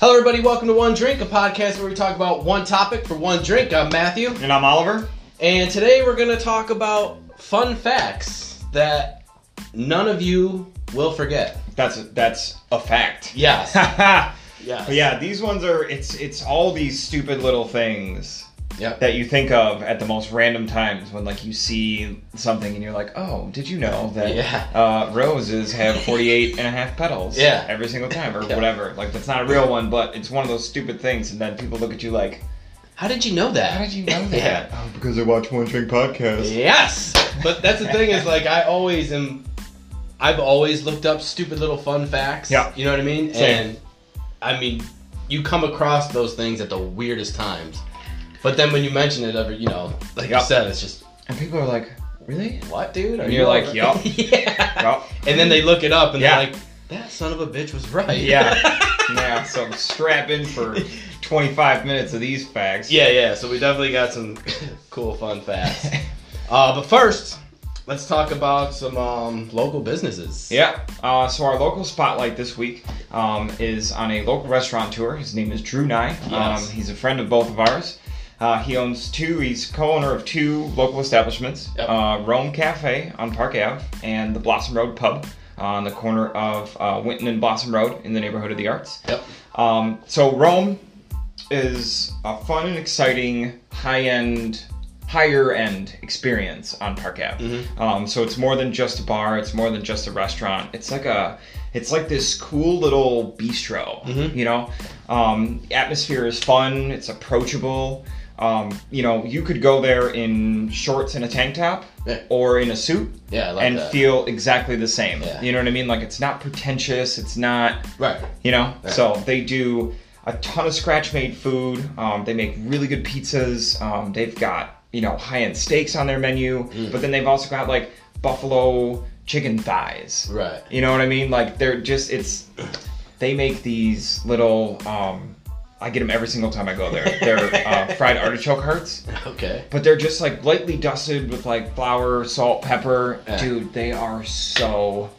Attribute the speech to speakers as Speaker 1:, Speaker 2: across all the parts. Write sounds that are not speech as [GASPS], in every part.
Speaker 1: Hello, everybody. Welcome to One Drink, a podcast where we talk about one topic for one drink. I'm Matthew,
Speaker 2: And I'm Oliver.
Speaker 1: and today we're going to talk about fun facts that none of you will forget.
Speaker 2: That's that's a fact. [LAUGHS]
Speaker 1: Yes.
Speaker 2: But yeah, these ones are it's it's all these stupid little things
Speaker 1: Yep.
Speaker 2: that you think of at the most random times when like you see something and you're like, "Oh, did you know that
Speaker 1: Yeah.
Speaker 2: uh, roses have 48 and a half petals
Speaker 1: Yeah.
Speaker 2: every single time or
Speaker 1: [LAUGHS] Yeah.
Speaker 2: whatever." Like that's not a real one, but it's one of those stupid things and then people look at you like,
Speaker 1: How did you know that?
Speaker 2: "How did you know
Speaker 1: [LAUGHS]
Speaker 2: that?"
Speaker 1: Yeah.
Speaker 2: Oh, because I watch One Drink podcast.
Speaker 1: Yes. But that's the thing is like I always am I've always looked up stupid little fun facts.
Speaker 2: Yeah.
Speaker 1: You know what I mean?
Speaker 2: Same.
Speaker 1: And I mean you come across those things at the weirdest times. But then when you mention it ever, you know, like
Speaker 2: Yeah.
Speaker 1: you said, it's just
Speaker 2: And people are like, "Really?"
Speaker 1: what dude? Are
Speaker 2: And you're like, yup.
Speaker 1: [LAUGHS] yeah.
Speaker 2: Well,
Speaker 1: And then they look it up and
Speaker 2: Yeah.
Speaker 1: they're like, that son of a bitch was right.
Speaker 2: Yeah. yeah, so strap in for 25 minutes of these
Speaker 1: [LAUGHS]
Speaker 2: facts.
Speaker 1: yeah, yeah. So we definitely got some [LAUGHS] cool fun facts. Uh, but first, let's talk about some um, local businesses.
Speaker 2: [LAUGHS] Yeah. Uh, so our local spotlight this week um, is on a local restaurateur. His name is Drew Nye.
Speaker 1: Yes.
Speaker 2: Um, he's a friend of both of ours. Uh, he owns two. He's co-owner of two local establishments:
Speaker 1: Yep.
Speaker 2: uh, Rome Cafe on Park Ave and the Blossom Road Pub on the corner of uh, Winton and Blossom Road in the neighborhood of the Arts.
Speaker 1: Yep.
Speaker 2: Um, so Rome is a fun and exciting high-end, higher-end experience on Park Ave.
Speaker 1: Mm-hmm.
Speaker 2: Um, so it's more than just a bar. It's more than just a restaurant. It's like a, it's like this cool little bistro.
Speaker 1: Mm-hmm.
Speaker 2: You know, um, atmosphere is fun. It's approachable. Um, you know, you could go there in shorts and a tank top,
Speaker 1: Yeah.
Speaker 2: or in a suit,
Speaker 1: Yeah, I like
Speaker 2: and
Speaker 1: that.
Speaker 2: feel exactly the same.
Speaker 1: Yeah.
Speaker 2: You know what I mean? Like it's not pretentious. It's not
Speaker 1: Right.
Speaker 2: you know
Speaker 1: Yeah.
Speaker 2: so they do a ton of scratch made food um, they make really good pizzas um, they've got you know high end steaks on their menu
Speaker 1: Mm.
Speaker 2: but then they've also got like buffalo chicken thighs
Speaker 1: Right. [LAUGHS]
Speaker 2: you know what i mean like they're just it's they make these little um, i get them every single time i go there
Speaker 1: [LAUGHS]
Speaker 2: they're uh, fried artichoke hearts
Speaker 1: Okay.
Speaker 2: but they're just like lightly dusted with like flour salt pepper
Speaker 1: Yeah.
Speaker 2: dude they are so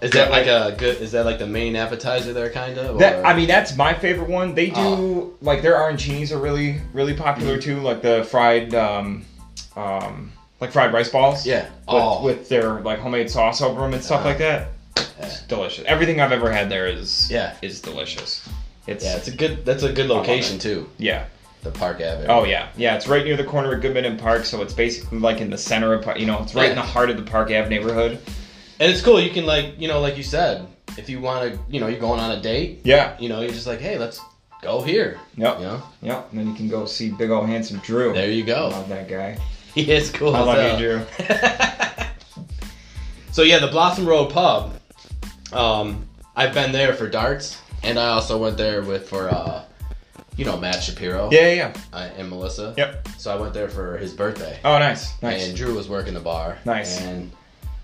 Speaker 1: Is that like a good? Is that like the main appetizer there, kind of?
Speaker 2: That I mean, that's my favorite one. They do
Speaker 1: Oh. Mm-hmm.
Speaker 2: like their arancinis are really really popular too, like the fried um, um, like fried rice balls.
Speaker 1: Yeah.
Speaker 2: with,
Speaker 1: Oh. Uh-huh.
Speaker 2: with their like homemade sauce over them and stuff like that. It's delicious. Everything I've ever had there is
Speaker 1: Yeah.
Speaker 2: is delicious. It's
Speaker 1: yeah, it's a good. That's a good location too.
Speaker 2: yeah.
Speaker 1: The Park Avenue.
Speaker 2: Oh yeah, yeah. It's right near the corner of Goodman and Park, so it's basically like in the center of Par- you know, it's right in the
Speaker 1: Yeah.
Speaker 2: heart of the Park Ave neighborhood.
Speaker 1: And it's cool. You can like, you know, like you said, if you want to, you know, you're going on a date.
Speaker 2: Yeah,
Speaker 1: You know, you're just like, hey, let's go here.
Speaker 2: Yep.
Speaker 1: You know,
Speaker 2: yep. And then you can go see big old handsome Drew.
Speaker 1: there you
Speaker 2: I
Speaker 1: go.
Speaker 2: love that guy.
Speaker 1: [LAUGHS] He is cool.
Speaker 2: I
Speaker 1: as
Speaker 2: love
Speaker 1: hell.
Speaker 2: you, Drew.
Speaker 1: [LAUGHS] so yeah, the Blossom Road Pub. Um, I've been there for darts, and I also went there with for, uh, you know, Matt Shapiro
Speaker 2: Yeah, yeah, yeah.
Speaker 1: uh, and Melissa.
Speaker 2: Yep.
Speaker 1: So I went there for his birthday.
Speaker 2: Oh, nice, nice.
Speaker 1: and Drew was working the bar.
Speaker 2: Nice.
Speaker 1: And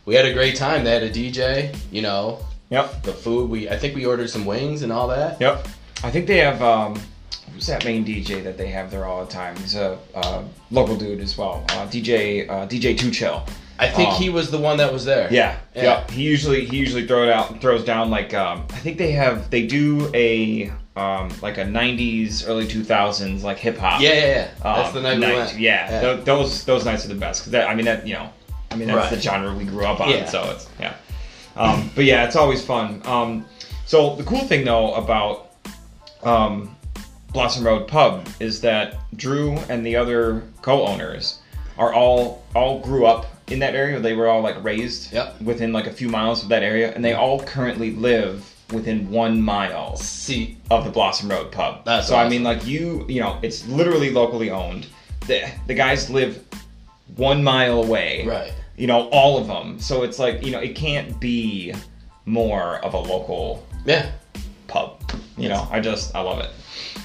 Speaker 1: we had a great time. They had a DJ, you know,
Speaker 2: Yep.
Speaker 1: the food. We I think we ordered some wings and all that.
Speaker 2: Yep. I think they have um who's that main DJ that they have there all the time? He's a uh, local dude as well. Uh, DJ uh, DJ Tuchel.
Speaker 1: I think
Speaker 2: Um,
Speaker 1: he was the one that was there.
Speaker 2: Yeah.
Speaker 1: Yeah.
Speaker 2: Yep. He usually he usually throw it out throws down like um I think they have they do a um like a 90s early 2000s like hip hop.
Speaker 1: Yeah, yeah, yeah.
Speaker 2: um,
Speaker 1: That's the night, we went.
Speaker 2: Yeah. tho- those those nights are the best 'Cause that I mean that you know I mean that's
Speaker 1: Right.
Speaker 2: the genre we grew up on.
Speaker 1: Yeah.
Speaker 2: So it's yeah. Um, but yeah, it's always fun. Um, so the cool thing though about um, Blossom Road Pub is that Drew and the other co-owners are all all grew up in that area. They were all like raised
Speaker 1: Yep.
Speaker 2: within like a few miles of that area, and they all currently live within one mile
Speaker 1: See,
Speaker 2: of the Blossom Road pub.
Speaker 1: That's
Speaker 2: so I
Speaker 1: awesome.
Speaker 2: mean, like you, you know, it's literally locally owned. The the guys live one mile away.
Speaker 1: Right.
Speaker 2: You know, all of them. So it's like you know, it can't be more of a local
Speaker 1: yeah,
Speaker 2: pub. You know, I just I love it.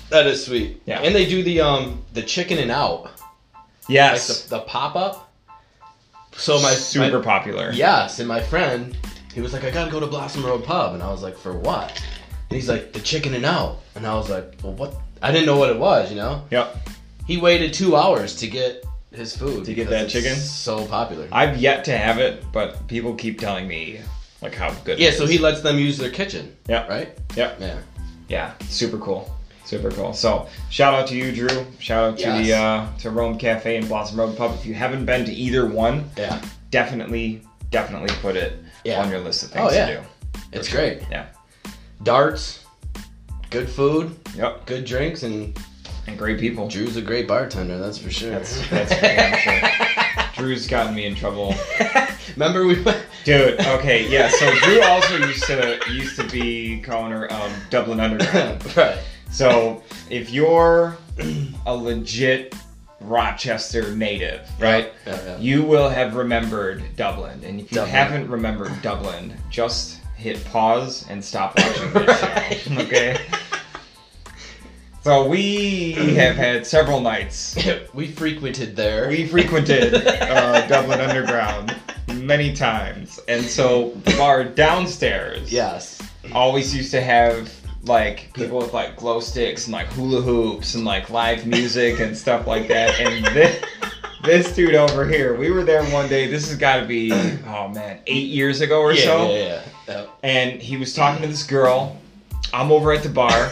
Speaker 1: that is sweet.
Speaker 2: Yeah.
Speaker 1: And they do the um the chicken and out, like
Speaker 2: Yes.
Speaker 1: the, the pop up. So my
Speaker 2: super
Speaker 1: my,
Speaker 2: popular.
Speaker 1: yes, and my friend, he was like, I gotta go to Blossom Road Pub, and I was like, for what? And he's like, the chicken and out, and I was like, well, what? I didn't know what it was, you know.
Speaker 2: Yep.
Speaker 1: He waited two hours to get his food.
Speaker 2: To
Speaker 1: because
Speaker 2: get that
Speaker 1: it's
Speaker 2: chicken?
Speaker 1: So popular.
Speaker 2: I've yet to have it, but people keep telling me like how good.
Speaker 1: yeah,
Speaker 2: It is.
Speaker 1: so he lets them use their kitchen.
Speaker 2: Yeah.
Speaker 1: Right?
Speaker 2: Yep.
Speaker 1: Yeah.
Speaker 2: Yeah. Super cool. Super cool. So shout out to you, Drew. Shout out to the
Speaker 1: Yes.
Speaker 2: uh, to Rome Cafe and Blossom Road Pub. If you haven't been to either one,
Speaker 1: Yeah.
Speaker 2: definitely, definitely put it
Speaker 1: Yeah.
Speaker 2: on your list of
Speaker 1: Oh,
Speaker 2: things
Speaker 1: yeah.
Speaker 2: to
Speaker 1: It's great.
Speaker 2: do. Yeah.
Speaker 1: Darts, good food,
Speaker 2: Yep.
Speaker 1: good drinks, and
Speaker 2: And great people.
Speaker 1: Drew's a great bartender, that's for sure.
Speaker 2: That's- that's for damn sure. Drew's gotten me in trouble.
Speaker 1: [LAUGHS] Remember we went.
Speaker 2: Dude, okay, yeah. So Drew also used to used to be co-owner of Dublin Underground.
Speaker 1: [LAUGHS] right.
Speaker 2: So if you're a legit Rochester native, right?
Speaker 1: Yeah, yeah.
Speaker 2: You will have remembered Dublin. And if you
Speaker 1: Dublin.
Speaker 2: haven't remembered Dublin, just hit pause and stop watching this show.
Speaker 1: [LAUGHS] Right.
Speaker 2: Okay. So we have had several nights.
Speaker 1: [LAUGHS] we frequented there.
Speaker 2: We frequented uh, Dublin Underground many times. And so the bar downstairs
Speaker 1: Yes.
Speaker 2: always used to have like people with like glow sticks and like hula hoops and like live music and stuff like that. And
Speaker 1: [LAUGHS]
Speaker 2: this, this dude over here, we were there one day. This has got to be oh man, eight years ago or
Speaker 1: yeah,
Speaker 2: so.
Speaker 1: yeah, yeah.
Speaker 2: And he was talking to this girl. I'm over at the bar,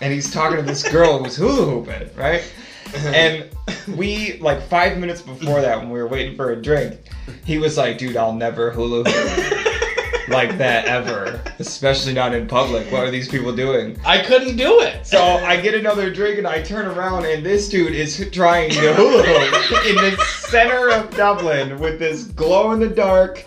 Speaker 2: and he's talking to this girl who's hula hooping, right? And we like five minutes before that, when we were waiting for a drink, he was like, "Dude, I'll never hula hoop." [LAUGHS] like that ever, especially not in public. What are these people doing?
Speaker 1: I couldn't do it.
Speaker 2: So I get another drink and I turn around and this dude is trying to hula hoop in the center of Dublin with this glow in the dark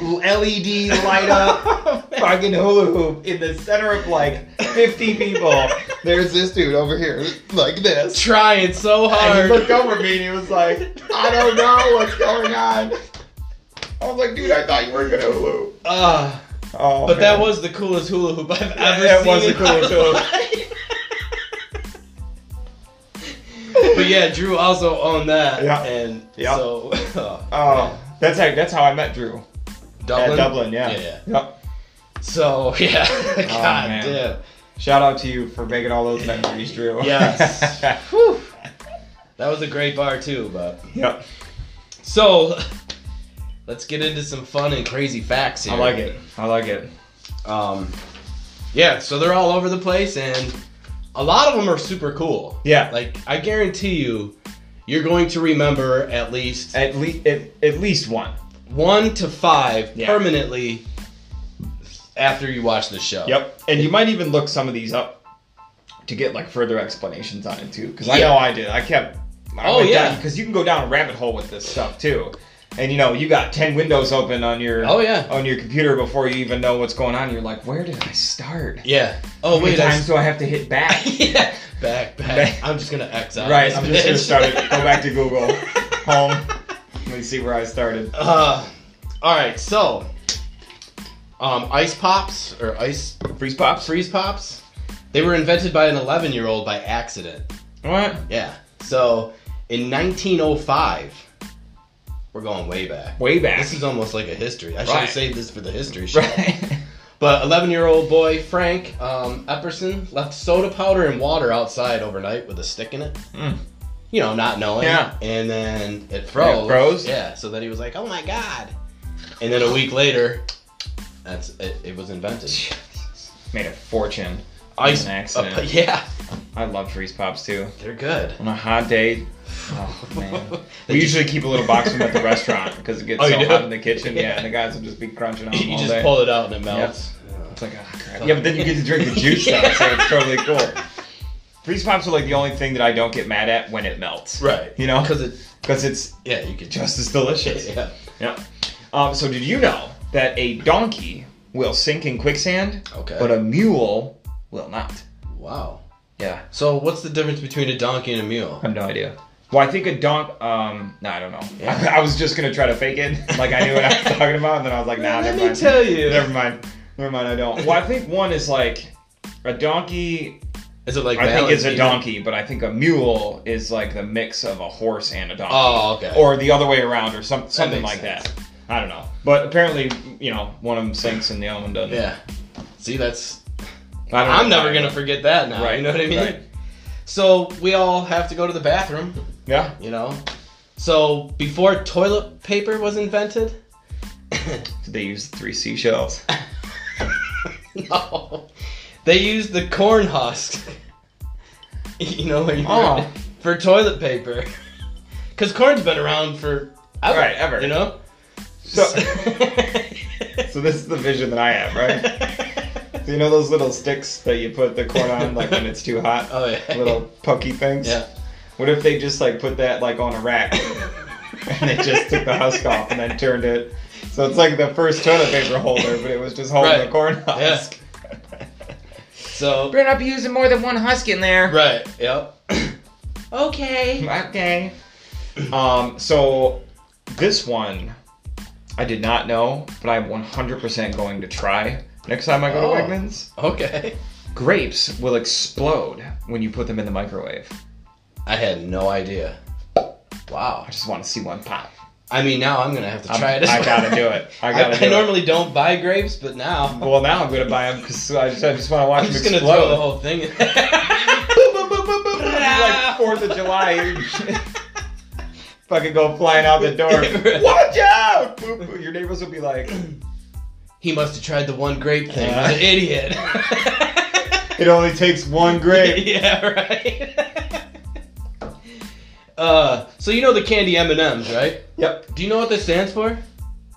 Speaker 2: LED light up fucking hula hoop in the center of like 50 people. There's this dude over here like
Speaker 1: [LAUGHS]
Speaker 2: this.
Speaker 1: trying so
Speaker 2: And
Speaker 1: hard.
Speaker 2: he looked over at me and he was like, I don't know what's going on. I was like, dude, I thought you were gonna hula hoop.
Speaker 1: Ah,
Speaker 2: Oh,
Speaker 1: but that
Speaker 2: man.
Speaker 1: was the coolest hula hoop I've
Speaker 2: [LAUGHS] Yeah,
Speaker 1: ever
Speaker 2: that
Speaker 1: seen.
Speaker 2: was
Speaker 1: in
Speaker 2: the
Speaker 1: my
Speaker 2: coolest hula hoop.
Speaker 1: life. [LAUGHS] But yeah, Drew also owned that.
Speaker 2: Yeah.
Speaker 1: And
Speaker 2: Yeah.
Speaker 1: so [LAUGHS]
Speaker 2: Oh, that's how that's how I met Drew
Speaker 1: Dublin.
Speaker 2: at Dublin. Yeah.
Speaker 1: Yeah, yeah.
Speaker 2: Yep.
Speaker 1: So [LAUGHS] yeah. God
Speaker 2: man.
Speaker 1: damn.
Speaker 2: Shout out to you for making all those memories, Drew.
Speaker 1: [LAUGHS]
Speaker 2: [LAUGHS]
Speaker 1: Yes. Whew. That was a great bar too, but
Speaker 2: yep.
Speaker 1: so [LAUGHS] let's get into some fun and crazy facts here.
Speaker 2: I like it. I like it.
Speaker 1: Um, yeah, so they're all over the place, and a lot of them are super cool.
Speaker 2: Yeah.
Speaker 1: Like I guarantee you, you're going to remember at least
Speaker 2: At least at, at least one.
Speaker 1: one to five
Speaker 2: Yeah.
Speaker 1: permanently after you watch the show.
Speaker 2: Yep. And you might even look some of these up to get like further explanations on it too, because I
Speaker 1: Yeah.
Speaker 2: know I did. I kept. I
Speaker 1: Oh, yeah.
Speaker 2: Because you can go down a rabbit hole with this stuff too. And you know you got ten windows open on your
Speaker 1: Oh, yeah.
Speaker 2: on your computer before you even know what's going on. You're like, where did I start?
Speaker 1: Yeah. Oh
Speaker 2: How many
Speaker 1: wait, I
Speaker 2: times do I have to hit back?
Speaker 1: [LAUGHS] yeah. Back, back.
Speaker 2: Back.
Speaker 1: I'm just gonna X out.
Speaker 2: Right,
Speaker 1: this
Speaker 2: I'm just gonna
Speaker 1: bitch.
Speaker 2: start it. Go back to Google. Home. Let me see where I started.
Speaker 1: [LAUGHS] Uh, all right, so um, ice pops or ice
Speaker 2: Freeze pops.
Speaker 1: freeze pops, they were invented by an 11 year old by accident.
Speaker 2: What?
Speaker 1: Yeah. So in 1905, we're going way back.
Speaker 2: Way back.
Speaker 1: This is almost like a history. I should
Speaker 2: Right.
Speaker 1: have saved this for the history show.
Speaker 2: right.
Speaker 1: But 11 year old boy Frank um, Epperson left soda powder and water outside overnight with a stick in it.
Speaker 2: Mm.
Speaker 1: You know, not knowing.
Speaker 2: Yeah.
Speaker 1: And then it froze.
Speaker 2: And it froze?
Speaker 1: Yeah. So then he was like, oh my God. And then a week later, that's it, it was invented.
Speaker 2: [LAUGHS] Made a fortune.
Speaker 1: Ice.
Speaker 2: An accident.
Speaker 1: uh, [LAUGHS] yeah.
Speaker 2: I love freeze pops too.
Speaker 1: They're good.
Speaker 2: On a hot day. Oh man.
Speaker 1: They
Speaker 2: We
Speaker 1: just-
Speaker 2: usually keep a little box of them at the restaurant because it gets
Speaker 1: Oh, you
Speaker 2: so
Speaker 1: do?
Speaker 2: hot in the kitchen. Yeah,
Speaker 1: Yeah.
Speaker 2: and the guys will just be crunching on them
Speaker 1: [LAUGHS] you
Speaker 2: all
Speaker 1: just
Speaker 2: day.
Speaker 1: pull it out and it melts.
Speaker 2: It's like, ah, crap. Yeah, but then you get to drink the [LAUGHS] juice though, so it's totally cool. Freeze pops are like the only thing that I don't get mad at when it melts.
Speaker 1: Right.
Speaker 2: You know,
Speaker 1: Because it,
Speaker 2: because it's
Speaker 1: yeah, you could
Speaker 2: just as
Speaker 1: [LAUGHS]
Speaker 2: delicious. [LAUGHS]
Speaker 1: Yeah.
Speaker 2: Yeah. Um, so did you know that a donkey will sink in quicksand,
Speaker 1: Okay.
Speaker 2: but a mule will not?
Speaker 1: Wow.
Speaker 2: Yeah.
Speaker 1: So what's the difference between a donkey and a mule?
Speaker 2: I have no idea. Well, I think a donk. Um, no, I don't know.
Speaker 1: Yeah.
Speaker 2: [LAUGHS] I, was just gonna try to fake it, like I knew what I
Speaker 1: [LAUGHS]
Speaker 2: was talking about, and then I was like, nah,
Speaker 1: Let
Speaker 2: never
Speaker 1: me
Speaker 2: mind.
Speaker 1: tell you.
Speaker 2: Never mind. Never mind. I don't. Well, I think one is like a donkey.
Speaker 1: Is it like
Speaker 2: I think
Speaker 1: balance
Speaker 2: it's a
Speaker 1: even?
Speaker 2: donkey, but I think a mule is like the mix of a horse and a donkey.
Speaker 1: Oh, okay.
Speaker 2: or the other way around, or some, something
Speaker 1: makes
Speaker 2: like
Speaker 1: sense.
Speaker 2: that. I don't know. But apparently, you know, one of them sinks and the other one doesn't.
Speaker 1: yeah. See, that's
Speaker 2: I don't know.
Speaker 1: I'm never gonna forget that now.
Speaker 2: Right,
Speaker 1: You know what I mean?
Speaker 2: right.
Speaker 1: So we all have to go to the bathroom. [LAUGHS]
Speaker 2: Yeah.
Speaker 1: You know. So before toilet paper was invented. [LAUGHS]
Speaker 2: They use three seashells.
Speaker 1: no. They used the corn husk [LAUGHS] you know, like
Speaker 2: Oh.
Speaker 1: for toilet paper. Because corn's been around for ever,
Speaker 2: Right, ever.
Speaker 1: You know.
Speaker 2: So, [LAUGHS] so this is the vision that I
Speaker 1: [LAUGHS]
Speaker 2: have, right? So you know those little sticks that you put the corn on, like when it's too hot?
Speaker 1: Oh, yeah. [LAUGHS]
Speaker 2: Little pokey
Speaker 1: [LAUGHS]
Speaker 2: things?
Speaker 1: yeah.
Speaker 2: What if they just like put that like on a rack [LAUGHS] and they just took the husk off and then turned it? So it's like the first toilet paper holder, but it was just holding
Speaker 1: Right.
Speaker 2: the corn
Speaker 1: Yeah.
Speaker 2: husk. [LAUGHS]
Speaker 1: So
Speaker 2: Better not be using more than one husk in there.
Speaker 1: right. Yep.
Speaker 2: Okay. Okay. Um, so this one I did not know, but I'm 100% going to try next time I go
Speaker 1: Oh.
Speaker 2: to Wegmans.
Speaker 1: Okay.
Speaker 2: Grapes will explode when you put them in the microwave.
Speaker 1: I had no idea. Wow.
Speaker 2: I just want to see one pop.
Speaker 1: I mean, now I'm gonna have to try it. as
Speaker 2: I
Speaker 1: well.
Speaker 2: gotta do it. I
Speaker 1: [LAUGHS]
Speaker 2: gotta
Speaker 1: I
Speaker 2: do it.
Speaker 1: normally don't buy grapes, but now
Speaker 2: [LAUGHS] Well, now I'm gonna buy them because I just, I just want to watch
Speaker 1: I'm just
Speaker 2: them
Speaker 1: gonna
Speaker 2: explode.
Speaker 1: throw the whole thing.
Speaker 2: Boop, boop, boop, boop, boop, boop. It's like Fourth of [LAUGHS] July. Fucking go flying out the [LAUGHS] door. Watch out! Boop, boop. Your neighbors will be like,
Speaker 1: he must have tried the one grape thing.
Speaker 2: Yeah.
Speaker 1: He's an idiot.
Speaker 2: "It only takes one [LAUGHS]
Speaker 1: [LAUGHS]
Speaker 2: grape."
Speaker 1: yeah, right. [LAUGHS] uh, so you know the candy M and M's, right?
Speaker 2: Yep.
Speaker 1: Do you know what this stands for?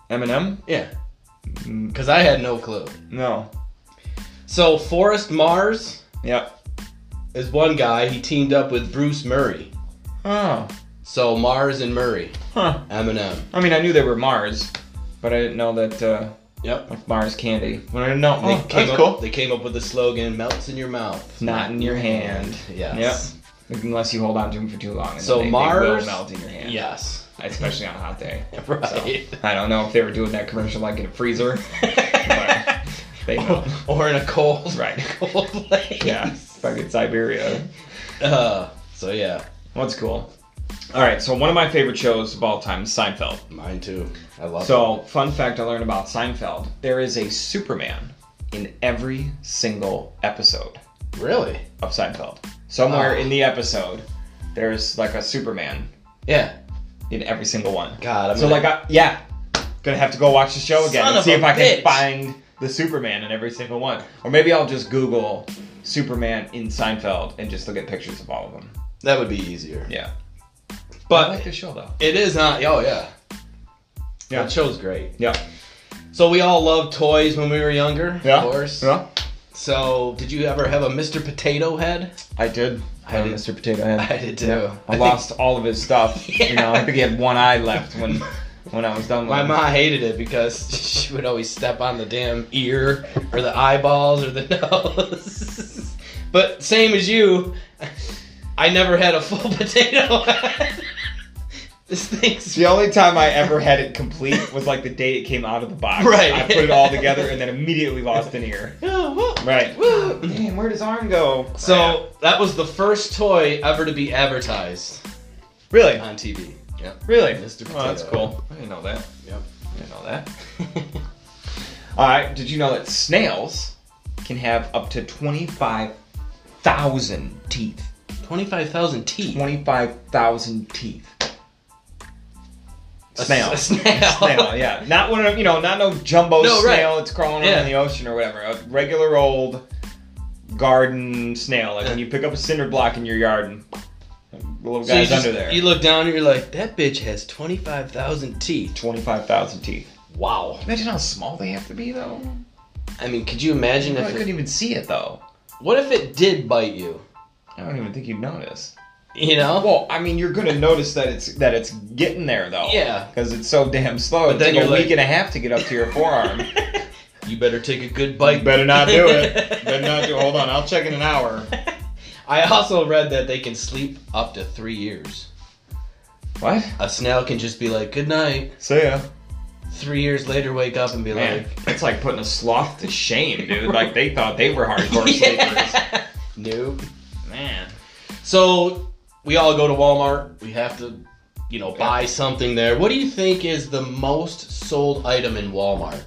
Speaker 2: Eminem?
Speaker 1: Yeah, because I had no clue.
Speaker 2: No.
Speaker 1: So Forrest Mars
Speaker 2: Yep.
Speaker 1: is one guy. He teamed up with Bruce Murray.
Speaker 2: Oh.
Speaker 1: So Mars and Murray,
Speaker 2: Huh.
Speaker 1: M and M.
Speaker 2: I mean, I knew they were Mars, but I didn't know that uh,
Speaker 1: Yep.
Speaker 2: like Mars candy. But I didn't know.
Speaker 1: They
Speaker 2: Oh,
Speaker 1: came
Speaker 2: that's
Speaker 1: up,
Speaker 2: cool.
Speaker 1: They came up with the slogan "Melts in your mouth,
Speaker 2: Not in your hand.
Speaker 1: Yes.
Speaker 2: Unless you hold on to them for too long. And
Speaker 1: So
Speaker 2: then they, they
Speaker 1: Mars-
Speaker 2: will melt in your hand.
Speaker 1: Yes. [LAUGHS]
Speaker 2: Especially on a hot day.
Speaker 1: Right.
Speaker 2: I don't know if they were doing that commercial like in a
Speaker 1: [LAUGHS]
Speaker 2: freezer. but they know.
Speaker 1: or in a cold,
Speaker 2: Right.
Speaker 1: [LAUGHS] cold place.
Speaker 2: Yeah. Fucking Siberia.
Speaker 1: Uh, so yeah,
Speaker 2: Well, that's cool. All right, so one of my favorite shows of all time is Seinfeld.
Speaker 1: mine too. I love it.
Speaker 2: So, fun fact I learned about Seinfeld there is a Superman in every single episode
Speaker 1: Really?
Speaker 2: of Seinfeld. Somewhere
Speaker 1: Oh.
Speaker 2: in the episode, there's like a Superman
Speaker 1: Yeah.
Speaker 2: in every single one.
Speaker 1: God, I'm
Speaker 2: so,
Speaker 1: gonna-
Speaker 2: like, I, yeah, gonna have to go watch the show again
Speaker 1: Son
Speaker 2: and
Speaker 1: of
Speaker 2: see
Speaker 1: a
Speaker 2: if I
Speaker 1: bitch.
Speaker 2: can find the Superman in every single one. Or maybe I'll just Google Superman in Seinfeld and just look at pictures of all of them.
Speaker 1: That would be easier.
Speaker 2: Yeah. I like
Speaker 1: But
Speaker 2: this show though.
Speaker 1: it is not. Oh yeah.
Speaker 2: Yeah.
Speaker 1: That show's great.
Speaker 2: Yeah.
Speaker 1: So we all loved toys when we were younger.
Speaker 2: Yeah.
Speaker 1: Of course.
Speaker 2: Yeah.
Speaker 1: So did you ever have a Mr. Potato Head? [LAUGHS]
Speaker 2: I did.
Speaker 1: I
Speaker 2: have
Speaker 1: did-
Speaker 2: Mr. Potato Head. [LAUGHS]
Speaker 1: I did too.
Speaker 2: Yeah. I,
Speaker 1: [LAUGHS] I think-
Speaker 2: lost all of his [LAUGHS] stuff.
Speaker 1: Yeah.
Speaker 2: You know, I think he had one eye left [LAUGHS] when when I was done with
Speaker 1: My
Speaker 2: him.
Speaker 1: mom hated it because [LAUGHS] she would always step on the damn ear or the eyeballs or the [LAUGHS] nose. [LAUGHS] But same as you, [LAUGHS] I never had a full [LAUGHS] potato. head. [LAUGHS] this thing's [LAUGHS]
Speaker 2: The only time I ever had it complete was like the day it came out of the box.
Speaker 1: Right.
Speaker 2: I put it all together and then immediately lost an ear. [LAUGHS] Right.
Speaker 1: Woo.
Speaker 2: Man, where'd his arm go? Oh,
Speaker 1: So that was the first toy ever to be advertised
Speaker 2: really,
Speaker 1: on TV. Yep.
Speaker 2: really,
Speaker 1: Mr.
Speaker 2: Oh, that's
Speaker 1: Potato.
Speaker 2: cool. I didn't know that.
Speaker 1: Yep.
Speaker 2: I didn't know that. All right. Did you know that snails can have up to twenty five thousand teeth?
Speaker 1: [LAUGHS] Twenty-five thousand teeth.
Speaker 2: Twenty-five thousand teeth.
Speaker 1: A s-
Speaker 2: Snail.
Speaker 1: a snail. [LAUGHS]
Speaker 2: Snail, yeah. Not one of you know, not no jumbo
Speaker 1: No, right.
Speaker 2: snail that's crawling
Speaker 1: Yeah.
Speaker 2: around in the ocean or whatever. A regular old garden snail. Like when you pick up a cinder block in your yard and the little
Speaker 1: So you,
Speaker 2: guy's
Speaker 1: just-
Speaker 2: under there.
Speaker 1: you look down and you're like, that bitch has twenty-five thousand teeth.
Speaker 2: Twenty-five thousand teeth.
Speaker 1: Wow.
Speaker 2: Imagine how small they have to be though.
Speaker 1: I mean, could you imagine if
Speaker 2: You probably
Speaker 1: it,
Speaker 2: couldn't even see it though.
Speaker 1: What if it did bite you?
Speaker 2: I don't even think you'd notice.
Speaker 1: You know?
Speaker 2: Well, I mean, you're gonna notice that it's that it's getting there though.
Speaker 1: Yeah.
Speaker 2: Because it's so damn slow.
Speaker 1: But
Speaker 2: It
Speaker 1: then
Speaker 2: took a
Speaker 1: you're like-
Speaker 2: week and a half to get up to your [LAUGHS]
Speaker 1: [LAUGHS]
Speaker 2: forearm.
Speaker 1: you better take a good bite.
Speaker 2: Better not
Speaker 1: [LAUGHS]
Speaker 2: do it. Better not do. Hold on, I'll check in an hour.
Speaker 1: I also read that they can sleep up to three years.
Speaker 2: What?
Speaker 1: A snail can just be like, good night.
Speaker 2: See ya.
Speaker 1: Three years later, wake up and be
Speaker 2: Man, it's like putting a sloth to shame, dude. Like they thought they were hardcore
Speaker 1: like,
Speaker 2: sleepers.
Speaker 1: [LAUGHS] yeah. nope.
Speaker 2: Man.
Speaker 1: So we all go to Walmart. We have to, you know, buy something there. What do you think is the most sold item in Walmart?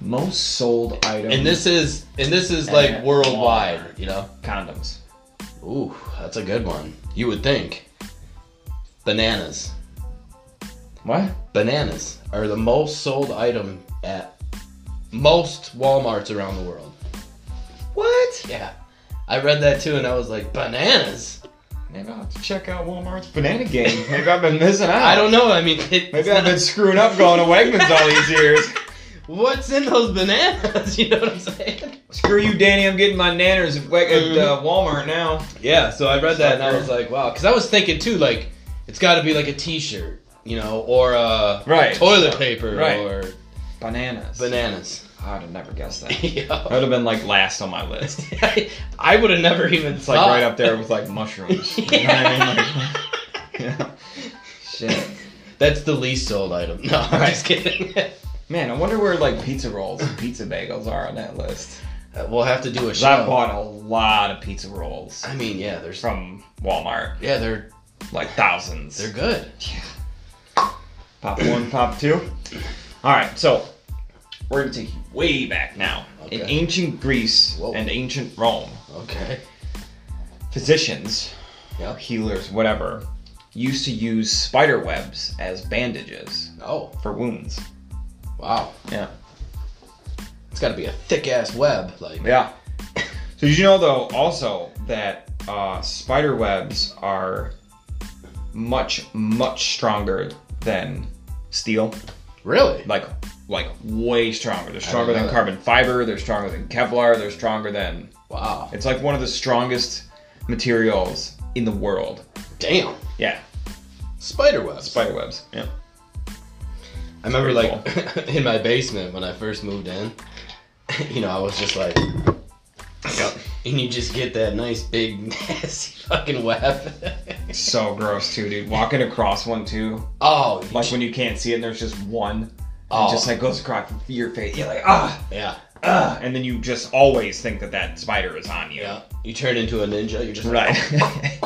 Speaker 2: Most sold item.
Speaker 1: And this is and this is like
Speaker 2: At
Speaker 1: worldwide.
Speaker 2: Walmart.
Speaker 1: You know.
Speaker 2: condoms.
Speaker 1: Ooh, that's a good one. You would think. Bananas.
Speaker 2: What?
Speaker 1: Bananas are the most sold item at most Walmarts around the world.
Speaker 2: What?
Speaker 1: Yeah. I read that too, and I was like, bananas.
Speaker 2: Maybe I'll have to check out Walmart's banana game. Maybe I've been missing [LAUGHS] out.
Speaker 1: I don't know. I mean, it, it's
Speaker 2: Maybe I've
Speaker 1: not-
Speaker 2: been screwing up going to Wegmans
Speaker 1: [LAUGHS]
Speaker 2: all these years.
Speaker 1: What's in those bananas? [LAUGHS] You know what I'm saying?
Speaker 2: [LAUGHS] Screw you, Danny. I'm getting my nanners at, Weg- at uh, Walmart now.
Speaker 1: Yeah. So I read that, and I was like, wow, because I was thinking too, like, it's got to be like a T-shirt, you know, or a
Speaker 2: Right.
Speaker 1: toilet paper,
Speaker 2: Right.
Speaker 1: or
Speaker 2: Bananas.
Speaker 1: bananas. [LAUGHS]
Speaker 2: I'd have never guessed [LAUGHS] that. That
Speaker 1: Yeah.
Speaker 2: would have been like last on my list.
Speaker 1: I would have never even
Speaker 2: It's
Speaker 1: thought.
Speaker 2: like right up there with like [LAUGHS] mushrooms. You know what I mean? Like, yeah. [LAUGHS] Shit.
Speaker 1: That's the least sold item. No, I'm just kidding. [LAUGHS] Uh,
Speaker 2: Man, I wonder where like pizza rolls and pizza bagels are on that list.
Speaker 1: we'll have to do a
Speaker 2: 'Cause I
Speaker 1: show.
Speaker 2: bought a lot of pizza rolls
Speaker 1: I mean, yeah, there's
Speaker 2: from Walmart,
Speaker 1: yeah, they're
Speaker 2: like thousands.
Speaker 1: they're good.
Speaker 2: Yeah. Pop one, pop two. All right, so we're gonna take you way back now. In
Speaker 1: Okay.
Speaker 2: ancient Greece
Speaker 1: Whoa.
Speaker 2: and ancient Rome,
Speaker 1: Okay.
Speaker 2: physicians,
Speaker 1: Yeah.
Speaker 2: healers, whatever, used to use spider webs as bandages
Speaker 1: Oh,
Speaker 2: for wounds.
Speaker 1: wow.
Speaker 2: Yeah.
Speaker 1: It's got to be a thick ass web, like.
Speaker 2: Yeah. So did you know though also that uh, spider webs are much much stronger than steel,
Speaker 1: Really?
Speaker 2: like like way stronger. They're stronger
Speaker 1: know
Speaker 2: than
Speaker 1: that.
Speaker 2: carbon fiber. They're stronger than Kevlar. They're stronger than.
Speaker 1: Wow.
Speaker 2: It's like one of the strongest materials in the world.
Speaker 1: Damn.
Speaker 2: Yeah,
Speaker 1: Spider web.
Speaker 2: spider webs. Yeah.
Speaker 1: I remember
Speaker 2: Pretty
Speaker 1: like [LAUGHS] in my basement when I first moved in. [LAUGHS] You know, I was just like, and you just get that nice big [LAUGHS] nasty fucking web. [LAUGHS]
Speaker 2: So gross too, dude. Walking across one too,
Speaker 1: oh, you
Speaker 2: like
Speaker 1: j-
Speaker 2: when you can't see it, and there's just one. Oh.
Speaker 1: Oh.
Speaker 2: It just like goes across your face. You're like ah.
Speaker 1: yeah,
Speaker 2: Ugh, and then you just always think that that spider is on you.
Speaker 1: yeah. You turn into a ninja. You're just like,
Speaker 2: Right. [LAUGHS]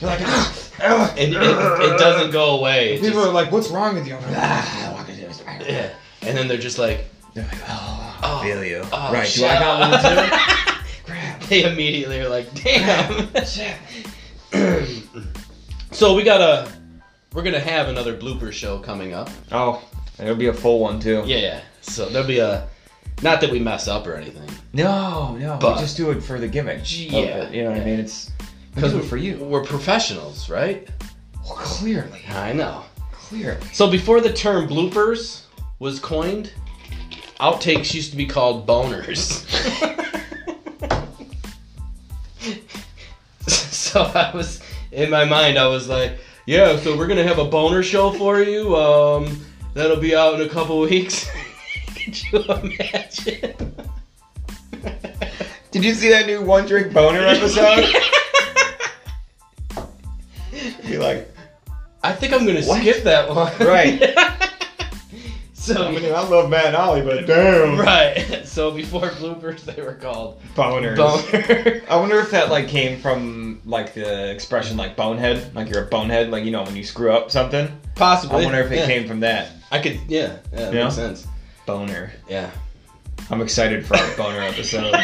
Speaker 2: You're like, "Ugh, ugh,
Speaker 1: [LAUGHS] and it,
Speaker 2: ugh."
Speaker 1: it doesn't go away. It
Speaker 2: People
Speaker 1: just-
Speaker 2: are like, "What's wrong with you?" I'm like, ah, I walk into a spider.
Speaker 1: [LAUGHS] yeah. And then they're just like,
Speaker 2: They're like, "Oh,
Speaker 1: Oh,
Speaker 2: I feel you."
Speaker 1: oh,
Speaker 2: right? Do
Speaker 1: shit.
Speaker 2: I got one too?
Speaker 1: [LAUGHS]
Speaker 2: Crap.
Speaker 1: they immediately are like,
Speaker 2: [LAUGHS]
Speaker 1: damn.
Speaker 2: Shit.
Speaker 1: so we got to we're gonna have another blooper show coming up.
Speaker 2: Oh, it'll be a full one too.
Speaker 1: Yeah, yeah. So there'll be a, not that we mess up or anything.
Speaker 2: No, no.
Speaker 1: But-
Speaker 2: we just do it for the gimmick. of
Speaker 1: Yeah,
Speaker 2: it, you know what
Speaker 1: yeah.
Speaker 2: I mean. It's
Speaker 1: Because
Speaker 2: because for you.
Speaker 1: We're professionals, right?
Speaker 2: Well, clearly,
Speaker 1: I know. [LAUGHS]
Speaker 2: clearly.
Speaker 1: So before the term bloopers was coined, outtakes used to be called boners. [LAUGHS] so I was in my mind, I was like, yeah, so we're gonna have a boner show for you. Um, that'll be out in a couple weeks. [LAUGHS] Could you imagine?
Speaker 2: Did you see that new One Drink Boner episode?
Speaker 1: [LAUGHS]
Speaker 2: You're like,
Speaker 1: I think I'm gonna
Speaker 2: What?
Speaker 1: skip that one.
Speaker 2: Right.
Speaker 1: [LAUGHS] so
Speaker 2: I mean, I love Matt and Ollie, but damn,
Speaker 1: right. [LAUGHS] So before bloopers, they were called
Speaker 2: boners.
Speaker 1: boner.
Speaker 2: I wonder if that like came from like the expression like bonehead, like you're a bonehead, like you know when you screw up something.
Speaker 1: [LAUGHS] Possibly.
Speaker 2: I wonder if it
Speaker 1: yeah.
Speaker 2: came from that
Speaker 1: I could. Yeah. Yeah. That
Speaker 2: Yeah?
Speaker 1: Makes sense.
Speaker 2: boner.
Speaker 1: Yeah.
Speaker 2: I'm excited for our [LAUGHS] boner episode.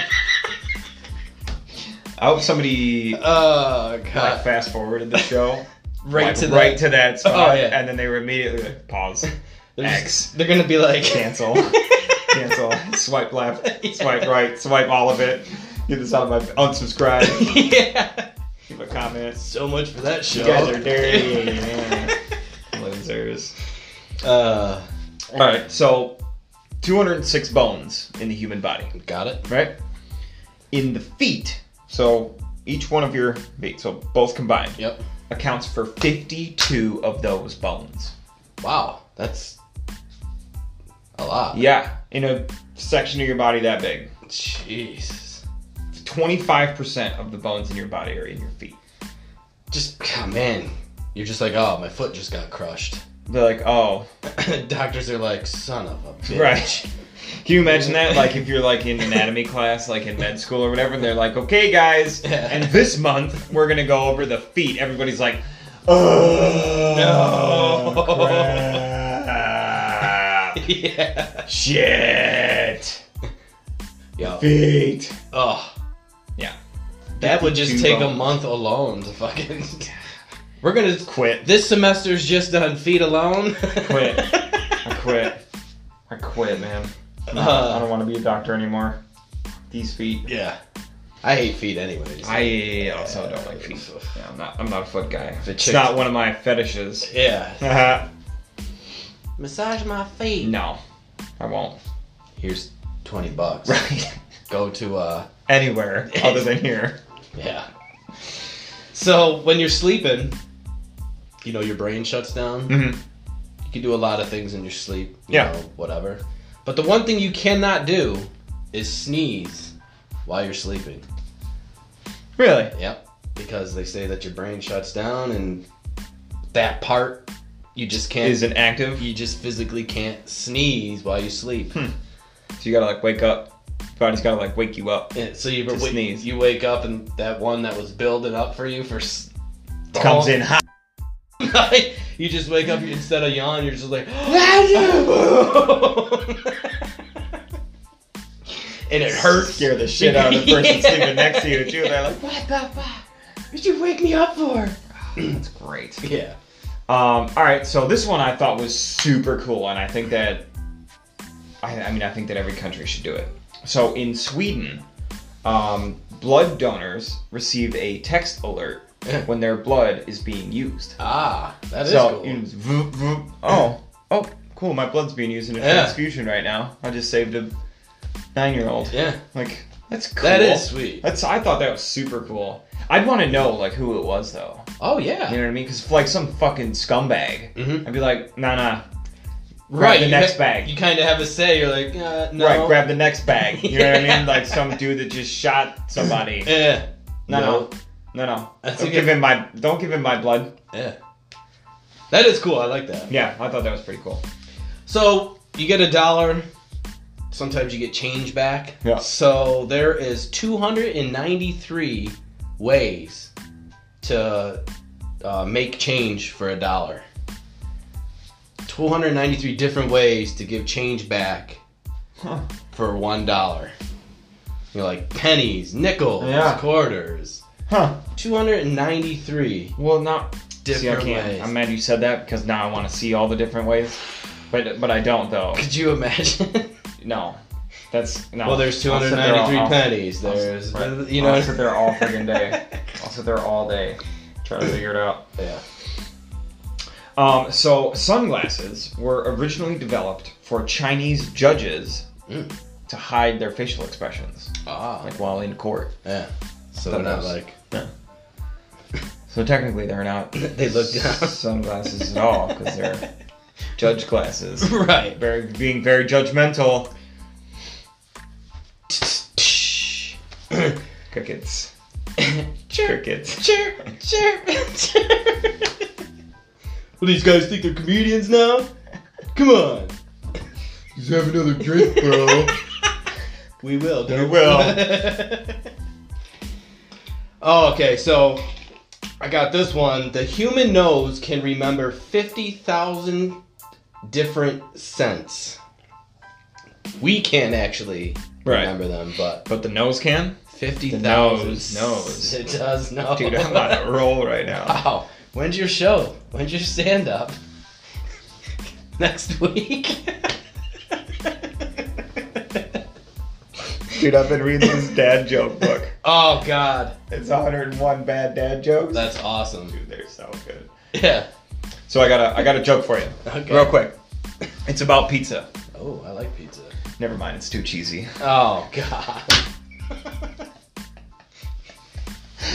Speaker 2: I hope somebody
Speaker 1: [LAUGHS] Oh
Speaker 2: like,
Speaker 1: god.
Speaker 2: fast forwarded the show
Speaker 1: Right
Speaker 2: like,
Speaker 1: to the-
Speaker 2: right to that spot,
Speaker 1: Oh, yeah.
Speaker 2: and then they were immediately like
Speaker 1: [LAUGHS]
Speaker 2: pause,
Speaker 1: They're,
Speaker 2: X.
Speaker 1: just, they're gonna be like [LAUGHS]
Speaker 2: cancel. cancel, swipe left,
Speaker 1: Yeah.
Speaker 2: swipe right, swipe all of it. Get this out of my
Speaker 1: [LAUGHS]
Speaker 2: unsubscribe.
Speaker 1: yeah.
Speaker 2: Leave a comment.
Speaker 1: So much for that show.
Speaker 2: You guys are dirty.
Speaker 1: [LAUGHS]
Speaker 2: yeah. Losers.
Speaker 1: uh.
Speaker 2: All right, so 206 bones in the human body,
Speaker 1: Got it.
Speaker 2: right? In the feet, so each one of your feet, so both combined,
Speaker 1: Yep.
Speaker 2: accounts for 52 of those bones.
Speaker 1: Wow. That's a lot.
Speaker 2: Yeah, in a section of your body that big.
Speaker 1: Jeez.
Speaker 2: 25% of the bones in your body are in your feet.
Speaker 1: Just oh, man. You're just like, oh, my foot just got crushed. [COUGHS]
Speaker 2: They're like, oh,
Speaker 1: Doctors are like, son of a bitch.
Speaker 2: Right. Can you imagine that? Like if you're like in anatomy class, like in med school or whatever, and they're like, "Okay,
Speaker 1: [LAUGHS]
Speaker 2: guys,
Speaker 1: Yeah.
Speaker 2: and this month we're gonna go over the feet." Everybody's like, "Oh
Speaker 1: No. [LAUGHS]
Speaker 2: crap.
Speaker 1: [LAUGHS] yeah.
Speaker 2: shit,
Speaker 1: Yo.
Speaker 2: feet."
Speaker 1: Oh.
Speaker 2: Yeah,
Speaker 1: That would just take a
Speaker 2: bones.
Speaker 1: month alone to
Speaker 2: [LAUGHS]
Speaker 1: fucking. We're gonna.
Speaker 2: Quit.
Speaker 1: This semester's just on feet alone. [LAUGHS]
Speaker 2: Quit. I quit. I quit, man. No,
Speaker 1: Uh.
Speaker 2: I don't want to be a doctor anymore. These feet.
Speaker 1: yeah. I hate feet anyways.
Speaker 2: I also don't like feet. Yeah, I'm not. I'm not a foot guy.
Speaker 1: The
Speaker 2: It's
Speaker 1: chicks-
Speaker 2: not one of
Speaker 1: [LAUGHS]
Speaker 2: my fetishes.
Speaker 1: yeah.
Speaker 2: no,
Speaker 1: Massage my feet.
Speaker 2: I won't. [LAUGHS]
Speaker 1: Here's twenty bucks.
Speaker 2: Right.
Speaker 1: Go to uh
Speaker 2: Anywhere other than here.
Speaker 1: yeah. So when you're sleeping, you know your brain shuts down.
Speaker 2: hmm
Speaker 1: You can do a lot of things in your sleep. You
Speaker 2: Yeah.
Speaker 1: Know, whatever. But the one thing you cannot do is sneeze while you're sleeping.
Speaker 2: [LAUGHS] Really?
Speaker 1: Yep. Because they say that your brain shuts down and that part you just can't
Speaker 2: Is it active?
Speaker 1: you just physically can't sneeze while you sleep.
Speaker 2: Hmm. So you gotta like wake up. Body's gotta like wake you up.
Speaker 1: And so you
Speaker 2: To
Speaker 1: wake,
Speaker 2: sneeze.
Speaker 1: you wake up and that one that was building up for you for s- the
Speaker 2: Comes
Speaker 1: whole
Speaker 2: in hot.
Speaker 1: night, [LAUGHS] you just wake up you- instead of yawn, you're just like [GASPS] and it hurts.
Speaker 2: Scare the shit out of the [LAUGHS] person
Speaker 1: [LAUGHS] Yeah.
Speaker 2: sleeping next to you too. They're like,
Speaker 1: what the fuck? Did you wake me up for?
Speaker 2: [CLEARS THROAT] that's great.
Speaker 1: Yeah.
Speaker 2: Um, all right, so this one I thought was super cool, and I think that, I, I mean, I think that every country should do it. So in Sweden, um, blood donors receive a text alert when their blood is being used.
Speaker 1: Ah, that is
Speaker 2: so
Speaker 1: cool.
Speaker 2: you just vroom, vroom. oh, oh, cool, my blood's being used in a
Speaker 1: Yeah.
Speaker 2: transfusion right now. I just saved a nine-year-old.
Speaker 1: yeah.
Speaker 2: Like that's cool.
Speaker 1: That is sweet.
Speaker 2: That's I thought that was super cool. I'd want to know like who it was though.
Speaker 1: Oh yeah.
Speaker 2: You know what I mean? Because like some fucking scumbag,
Speaker 1: Mhm.
Speaker 2: I'd be like, nah, nah. Grab
Speaker 1: Right.
Speaker 2: the
Speaker 1: you
Speaker 2: next
Speaker 1: ha-
Speaker 2: bag.
Speaker 1: You kind of have a say. You're like, uh, no.
Speaker 2: Right, grab the next bag. You
Speaker 1: [LAUGHS]
Speaker 2: know what I mean?
Speaker 1: Yeah.
Speaker 2: Like some dude that just shot somebody.
Speaker 1: Yeah.
Speaker 2: No, no, no, no.
Speaker 1: That's
Speaker 2: don't
Speaker 1: a
Speaker 2: give
Speaker 1: good-
Speaker 2: him my, don't give him my blood.
Speaker 1: Yeah. That is cool. I like that.
Speaker 2: Yeah, I thought that was pretty cool.
Speaker 1: So you get a dollar. Sometimes you get change back.
Speaker 2: Yeah.
Speaker 1: So there is 293 ways to uh, make change for a dollar. 293 different ways to give change back
Speaker 2: Huh.
Speaker 1: for one dollar. You're like pennies, nickels,
Speaker 2: Yeah.
Speaker 1: quarters.
Speaker 2: Huh?
Speaker 1: 293
Speaker 2: Well, not. see, I
Speaker 1: different
Speaker 2: can't.
Speaker 1: ways.
Speaker 2: I'm mad you said that because now I want to see all the different ways, but but I don't though.
Speaker 1: [LAUGHS] Could you imagine?
Speaker 2: No, that's no.
Speaker 1: Well, there's
Speaker 2: I'll sit there all-
Speaker 1: 293
Speaker 2: I'll-
Speaker 1: pennies.
Speaker 2: I'll-
Speaker 1: There's,
Speaker 2: right.
Speaker 1: you know,
Speaker 2: I'll sit there all friggin' day. I'll sit there all day, trying to figure it out.
Speaker 1: [LAUGHS] yeah.
Speaker 2: Um, so sunglasses were originally developed for Chinese judges
Speaker 1: Mm.
Speaker 2: to hide their facial expressions,
Speaker 1: Ah.
Speaker 2: like while in court.
Speaker 1: Yeah. So
Speaker 2: That
Speaker 1: they're not
Speaker 2: was-
Speaker 1: like.
Speaker 2: So technically, they're not
Speaker 1: [LAUGHS] They look down.
Speaker 2: sunglasses at all
Speaker 1: [LAUGHS]
Speaker 2: because they're judge glasses.
Speaker 1: Right.
Speaker 2: [LAUGHS] Very being very judgmental.
Speaker 1: [LAUGHS]
Speaker 2: Crickets,
Speaker 1: Chirp,
Speaker 2: crickets.
Speaker 1: chirp, chirp, chirp. Well, these guys think they're comedians now? Come on.
Speaker 2: Just have another drink, bro.
Speaker 1: We will,
Speaker 2: We
Speaker 1: Dirk.
Speaker 2: will.
Speaker 1: [LAUGHS] oh, okay, so I got this one. The human nose can remember 50,000 different scents. We can't actually
Speaker 2: Right.
Speaker 1: remember them, but
Speaker 2: but the nose can.
Speaker 1: 50,000.
Speaker 2: nose knows.
Speaker 1: [LAUGHS] It does know.
Speaker 2: Dude, I'm on
Speaker 1: [LAUGHS]
Speaker 2: a roll right now.
Speaker 1: Wow. When's your show? When's your stand up? Next week? [LAUGHS]
Speaker 2: Dude, I've been reading this dad joke book.
Speaker 1: oh, God.
Speaker 2: It's 101 bad dad jokes.
Speaker 1: That's awesome.
Speaker 2: Dude, they're so good.
Speaker 1: Yeah.
Speaker 2: So I got a I got a joke for you,
Speaker 1: [LAUGHS] Okay.
Speaker 2: real quick. It's about pizza.
Speaker 1: Oh, I like pizza.
Speaker 2: Never mind, it's too cheesy.
Speaker 1: Oh God.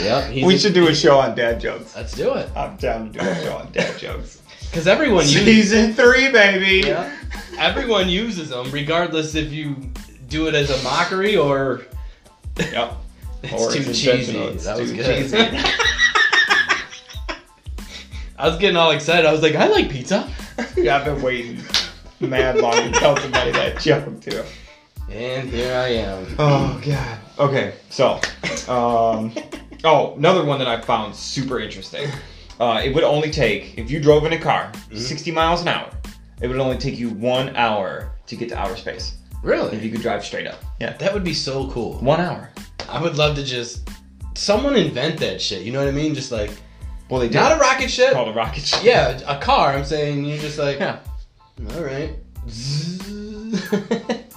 Speaker 1: yep. He's
Speaker 2: We should do a show on dad jokes.
Speaker 1: Let's do it.
Speaker 2: I'm down to do a show
Speaker 1: [LAUGHS]
Speaker 2: on dad jokes.
Speaker 1: Because everyone uses
Speaker 2: Season three, baby.
Speaker 1: Yeah. everyone uses them, regardless if you do it as a mockery or
Speaker 2: Yep.
Speaker 1: [LAUGHS] it's
Speaker 2: Or
Speaker 1: too cheesy.
Speaker 2: intentional, it's
Speaker 1: that
Speaker 2: too
Speaker 1: was good.
Speaker 2: cheesy.
Speaker 1: [LAUGHS] I was getting all excited. I was like, I like pizza.
Speaker 2: Dude, I've been waiting mad long to tell somebody that joke too.
Speaker 1: And here I am.
Speaker 2: Oh god. Okay, so, um, oh, another one that I found super interesting. Uh, it would only take if you drove in a car
Speaker 1: Mm-hmm.
Speaker 2: 60 miles an hour. It would only take you one hour to get to outer space if
Speaker 1: Really?
Speaker 2: you could drive straight up. Yeah,
Speaker 1: That would be so cool.
Speaker 2: one hour.
Speaker 1: I would love to just someone invent that shit. You know what I mean? Just like
Speaker 2: Well, they did.
Speaker 1: not a rocket ship.
Speaker 2: called a rocket ship.
Speaker 1: Yeah, a car. I'm saying you're just like,
Speaker 2: Yeah.
Speaker 1: all right.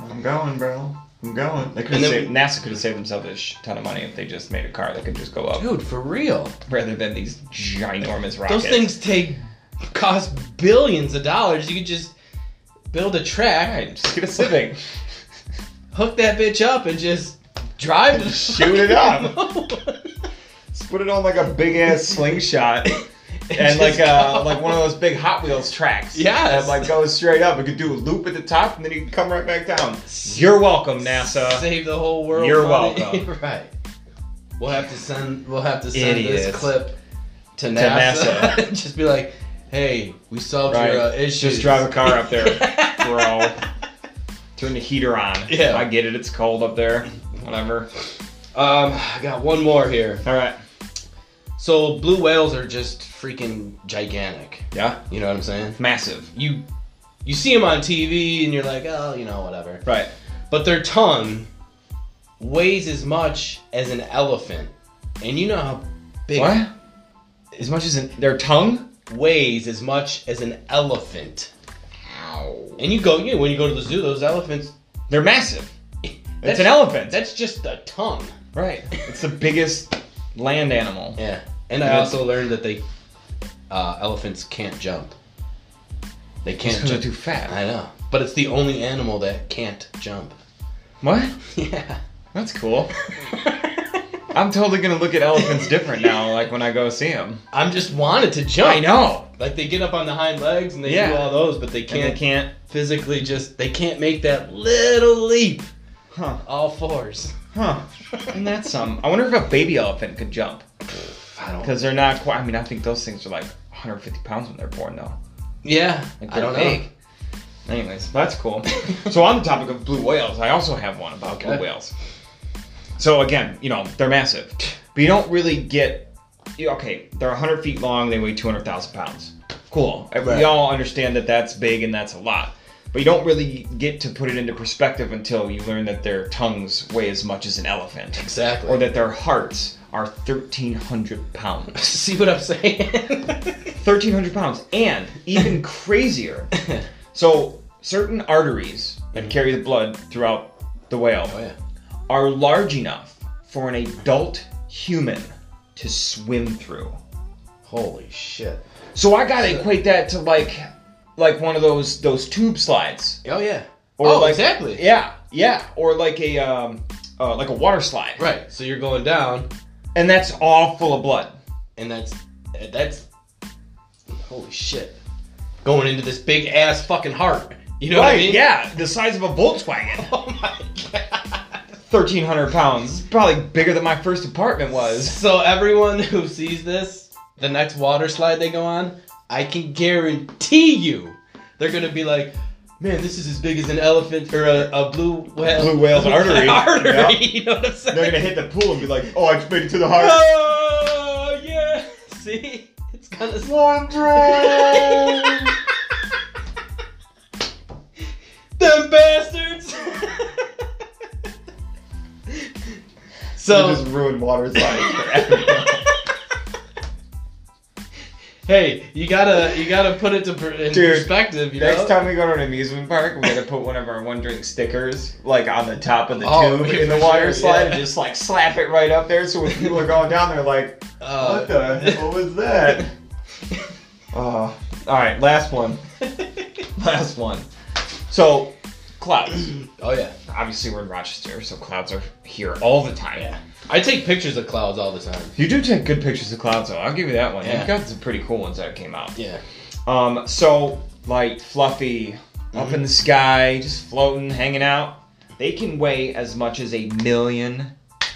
Speaker 2: I'm going, bro. I'm going. They
Speaker 1: And
Speaker 2: could have
Speaker 1: then
Speaker 2: saved,
Speaker 1: we-
Speaker 2: NASA could have saved themselves a sh- ton of money if they just made a car that could just go up
Speaker 1: [LAUGHS] Dude, for real.
Speaker 2: rather than these ginormous rockets.
Speaker 1: Those things take cost billions of dollars. You could just build a track,
Speaker 2: Right, [LAUGHS] just get a Civic.
Speaker 1: hook that bitch up, and just drive the
Speaker 2: Shoot it
Speaker 1: fucking [LAUGHS]
Speaker 2: up.
Speaker 1: moon.
Speaker 2: Just put it on like a big ass [LAUGHS] slingshot. And like
Speaker 1: just [LAUGHS]
Speaker 2: uh,
Speaker 1: go.
Speaker 2: like one of those big Hot Wheels tracks.
Speaker 1: Yes.
Speaker 2: That like goes straight up. It could do a loop at the top and then you can come right back down. You're welcome, NASA.
Speaker 1: Save the whole world.
Speaker 2: You're
Speaker 1: money.
Speaker 2: welcome.
Speaker 1: [LAUGHS] right. We'll have to send. We'll have to send this
Speaker 2: Idiots.
Speaker 1: clip to NASA. [LAUGHS]
Speaker 2: NASA.
Speaker 1: just be like, "Hey, we solved
Speaker 2: Right.
Speaker 1: your uh,
Speaker 2: Just
Speaker 1: issues."
Speaker 2: drive a car up there,
Speaker 1: [LAUGHS]
Speaker 2: bro. Turn the heater on.
Speaker 1: Yeah.
Speaker 2: I get it, it's cold up there. Whatever.
Speaker 1: Um, I got one more here.
Speaker 2: Alright.
Speaker 1: So blue whales are just freaking gigantic.
Speaker 2: Yeah.
Speaker 1: You know what I'm saying?
Speaker 2: Massive.
Speaker 1: You you see them on TV and you're like, "Oh, you know, whatever."
Speaker 2: Right.
Speaker 1: But their tongue weighs as much as an elephant. And you know how big
Speaker 2: What? As much as an, their tongue?
Speaker 1: weighs as much as an elephant.
Speaker 2: Ow.
Speaker 1: And you go, you know, when you go to the zoo, those elephants.
Speaker 2: They're massive.
Speaker 1: That's-
Speaker 2: It's an elephant.
Speaker 1: That's just a tongue.
Speaker 2: Right. It's the biggest land animal.
Speaker 1: Yeah. And I
Speaker 2: Yeah.
Speaker 1: also learned that they uh, elephants can't jump. They can't
Speaker 2: Because they're
Speaker 1: jump.
Speaker 2: too fat.
Speaker 1: I know, but it's the only animal that can't jump.
Speaker 2: What?
Speaker 1: Yeah.
Speaker 2: That's cool. I'm totally gonna look at elephants different now, like when I go see them.
Speaker 1: [LAUGHS] I'm just wanted to jump.
Speaker 2: know.
Speaker 1: Like they get up on the hind legs and they do
Speaker 2: Yeah.
Speaker 1: all those, but they
Speaker 2: Can't
Speaker 1: can't
Speaker 2: can't.
Speaker 1: physically just they can't make that little leap
Speaker 2: Huh.
Speaker 1: all fours.
Speaker 2: Huh. And that's some. I wonder if a baby elephant could jump
Speaker 1: I don't.
Speaker 2: because they're not quite. I mean, I think those things are like 150 pounds when they're born, though.
Speaker 1: Yeah.
Speaker 2: Like
Speaker 1: I
Speaker 2: they're
Speaker 1: don't
Speaker 2: big. Anyways, that's
Speaker 1: [LAUGHS]
Speaker 2: cool. so on the topic of blue whales, I also have one about blue
Speaker 1: Okay.
Speaker 2: whales. So again, you know, they're massive, but you don't really get. you- Okay, they're 100 feet long. They weigh 200,000 pounds. Cool.
Speaker 1: Right.
Speaker 2: We all understand that that's big and that's a lot. But you don't really get to put it into perspective until you learn that their tongues weigh as much as an elephant,
Speaker 1: Exactly.
Speaker 2: or that their hearts are 1,300 [LAUGHS] pounds.
Speaker 1: See what I'm [LAUGHS] saying?
Speaker 2: 1,300 pounds, and
Speaker 1: [LAUGHS]
Speaker 2: even crazier. So certain arteries that carry the blood throughout the whale
Speaker 1: Mm-hmm. Oh yeah.
Speaker 2: are large enough for an adult human to swim through.
Speaker 1: Holy shit.
Speaker 2: So I gotta equate that to like like one of those those tube slides.
Speaker 1: Oh yeah. oh,
Speaker 2: like,
Speaker 1: exactly.
Speaker 2: Yeah, yeah. Or like a um uh, like a water slide.
Speaker 1: Right. So you're going down,
Speaker 2: And that's all full of blood.
Speaker 1: and that's that's holy shit. Going into this big ass fucking heart. You know what I mean?
Speaker 2: yeah. The size of a Volkswagen.
Speaker 1: [LAUGHS] Oh my god.
Speaker 2: Thirteen hundred pounds. Probably bigger than my first apartment was.
Speaker 1: So everyone who sees this, the next water slide they go on, I can guarantee you, they're gonna be like, "Man, this is as big as an elephant or a, a blue whale."
Speaker 2: Blue whale's
Speaker 1: [LAUGHS]
Speaker 2: artery.
Speaker 1: artery.
Speaker 2: Yeah.
Speaker 1: You know what I'm saying?
Speaker 2: They're gonna hit the pool and be like, "Oh, I just made it to the heart."
Speaker 1: Oh yeah. See, it's gonna.
Speaker 2: [LAUGHS] Wondering.
Speaker 1: Them bastards.
Speaker 2: So
Speaker 1: so.
Speaker 2: just
Speaker 1: [LAUGHS]
Speaker 2: ruined water slides for everyone.
Speaker 1: hey, you gotta you gotta put it to per- in
Speaker 2: Dude,
Speaker 1: perspective. You
Speaker 2: Next
Speaker 1: know?
Speaker 2: time we go to an amusement park, we gotta put one of our one drink stickers like on the top of the
Speaker 1: Oh,
Speaker 2: tube
Speaker 1: yeah,
Speaker 2: in the
Speaker 1: for
Speaker 2: water
Speaker 1: sure,
Speaker 2: slide
Speaker 1: yeah.
Speaker 2: and just like slap it right up there. So when people are going down, they're like,
Speaker 1: Uh,
Speaker 2: "What the?
Speaker 1: [LAUGHS]
Speaker 2: What was that?" Uh, all right, last one. Last one. So clouds. [CLEARS THROAT]
Speaker 1: oh yeah,
Speaker 2: Obviously, we're in Rochester, so clouds are here all the time.
Speaker 1: yeah. I take pictures of clouds all the time.
Speaker 2: You do take good pictures of clouds, though. I'll give you that one.
Speaker 1: Yeah.
Speaker 2: You've got some pretty cool ones that came out.
Speaker 1: Yeah.
Speaker 2: Um, so light, fluffy, up
Speaker 1: Mm-hmm.
Speaker 2: in the sky, just floating, hanging out. They can weigh as much as a million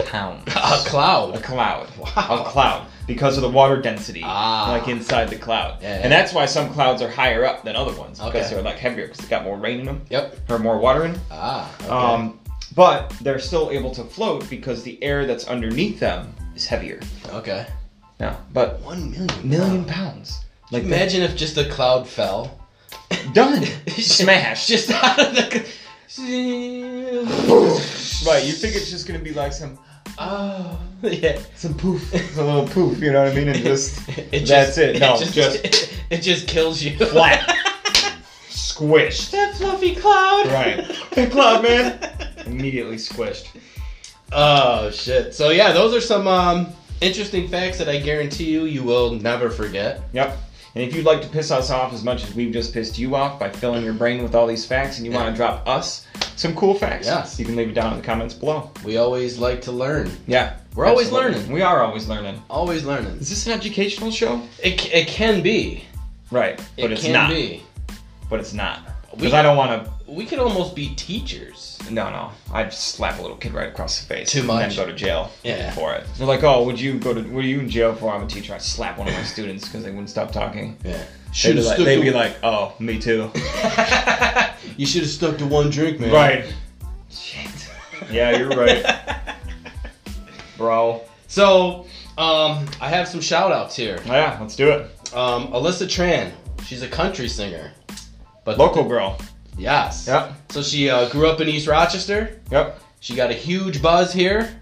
Speaker 2: pounds.
Speaker 1: [LAUGHS] A
Speaker 2: A
Speaker 1: cloud.
Speaker 2: cloud.
Speaker 1: Wow.
Speaker 2: A cloud. Because of the water density,
Speaker 1: Ah.
Speaker 2: like inside the cloud.
Speaker 1: Yeah, yeah.
Speaker 2: And that's why some clouds are higher up than other ones because
Speaker 1: Okay.
Speaker 2: they're like heavier because they got more rain in them
Speaker 1: Yep.
Speaker 2: or more water in. 'em.
Speaker 1: Ah. Okay.
Speaker 2: Um, but they're still able to float because the air that's underneath them is heavier.
Speaker 1: okay.
Speaker 2: No, but
Speaker 1: One million.
Speaker 2: million pounds. Like that.
Speaker 1: Imagine if just a cloud fell.
Speaker 2: done, [LAUGHS] smash.
Speaker 1: [LAUGHS] Just out of
Speaker 2: [LAUGHS]
Speaker 1: the.
Speaker 2: Right, you think it's just gonna be like some
Speaker 1: Oh. Yeah. [LAUGHS]
Speaker 2: some poof, [LAUGHS] it's a little poof, you know what I mean? And [LAUGHS] just
Speaker 1: It
Speaker 2: That's it. No,
Speaker 1: [LAUGHS] just, it just kills
Speaker 2: [LAUGHS]
Speaker 1: you.
Speaker 2: flat,
Speaker 1: [LAUGHS]
Speaker 2: squished.
Speaker 1: that fluffy cloud. [LAUGHS]
Speaker 2: Right. Hey, cloud man. Immediately squished.
Speaker 1: Oh shit. So yeah, those are some um, interesting facts that I guarantee you you will never forget.
Speaker 2: Yep. And if you'd like to piss us off as much as we've just pissed you off by filling your brain with all these facts and you want to drop us some cool facts,
Speaker 1: Yes.
Speaker 2: you can leave it down in the comments below.
Speaker 1: We always like to learn.
Speaker 2: Yeah.
Speaker 1: We're always learning.
Speaker 2: We are always learning.
Speaker 1: Always learning.
Speaker 2: Is this an educational show?
Speaker 1: It, c- it can be.
Speaker 2: Right.
Speaker 1: It
Speaker 2: but it's
Speaker 1: can
Speaker 2: not.
Speaker 1: be.
Speaker 2: But it's not. Because
Speaker 1: We-
Speaker 2: I don't want to.
Speaker 1: We could almost be teachers.
Speaker 2: No, no. I'd slap a little kid right across the face.
Speaker 1: Too
Speaker 2: And
Speaker 1: much.
Speaker 2: then go to jail
Speaker 1: Yeah.
Speaker 2: for it. They're like, oh, would you go to. What are you in jail for? I'm a teacher. I'd slap one of
Speaker 1: [LAUGHS]
Speaker 2: my students because they wouldn't stop talking.
Speaker 1: Yeah.
Speaker 2: They'd
Speaker 1: Should
Speaker 2: be,
Speaker 1: have
Speaker 2: like, they'd be like, oh,
Speaker 1: [LAUGHS]
Speaker 2: me too.
Speaker 1: you should have stuck to one drink, man.
Speaker 2: right.
Speaker 1: Shit.
Speaker 2: Yeah, you're right. Bro.
Speaker 1: [LAUGHS] So, um, I have some shout outs here.
Speaker 2: Yeah, let's do it.
Speaker 1: Um, Alyssa Tran, she's a country singer. But
Speaker 2: Local girl.
Speaker 1: Yes.
Speaker 2: Yep.
Speaker 1: So she uh, grew up in East Rochester.
Speaker 2: Yep.
Speaker 1: She got a huge buzz here.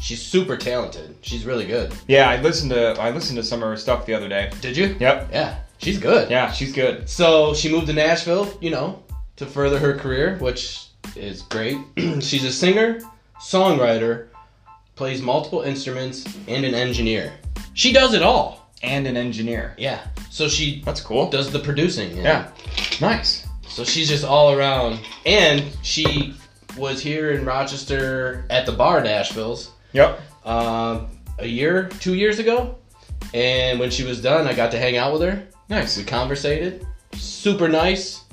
Speaker 1: She's super talented. She's really good.
Speaker 2: Yeah, I listened to I listened to some of her stuff the other day.
Speaker 1: Did you?
Speaker 2: Yep.
Speaker 1: Yeah. She's good.
Speaker 2: Yeah, she's good.
Speaker 1: So she moved to Nashville, you know, to further her career, which is great. [CLEARS THROAT] She's a singer, songwriter, plays multiple instruments, and an engineer. She does it all.
Speaker 2: And an engineer.
Speaker 1: Yeah. So she
Speaker 2: That's cool.
Speaker 1: does the producing. you know.
Speaker 2: Yeah. Nice.
Speaker 1: So she's just all around. And she was here in Rochester at the bar Nashville's
Speaker 2: Yep.
Speaker 1: um, a year, two years ago. And when she was done, I got to hang out with her. We
Speaker 2: Nice.
Speaker 1: conversated. Super nice.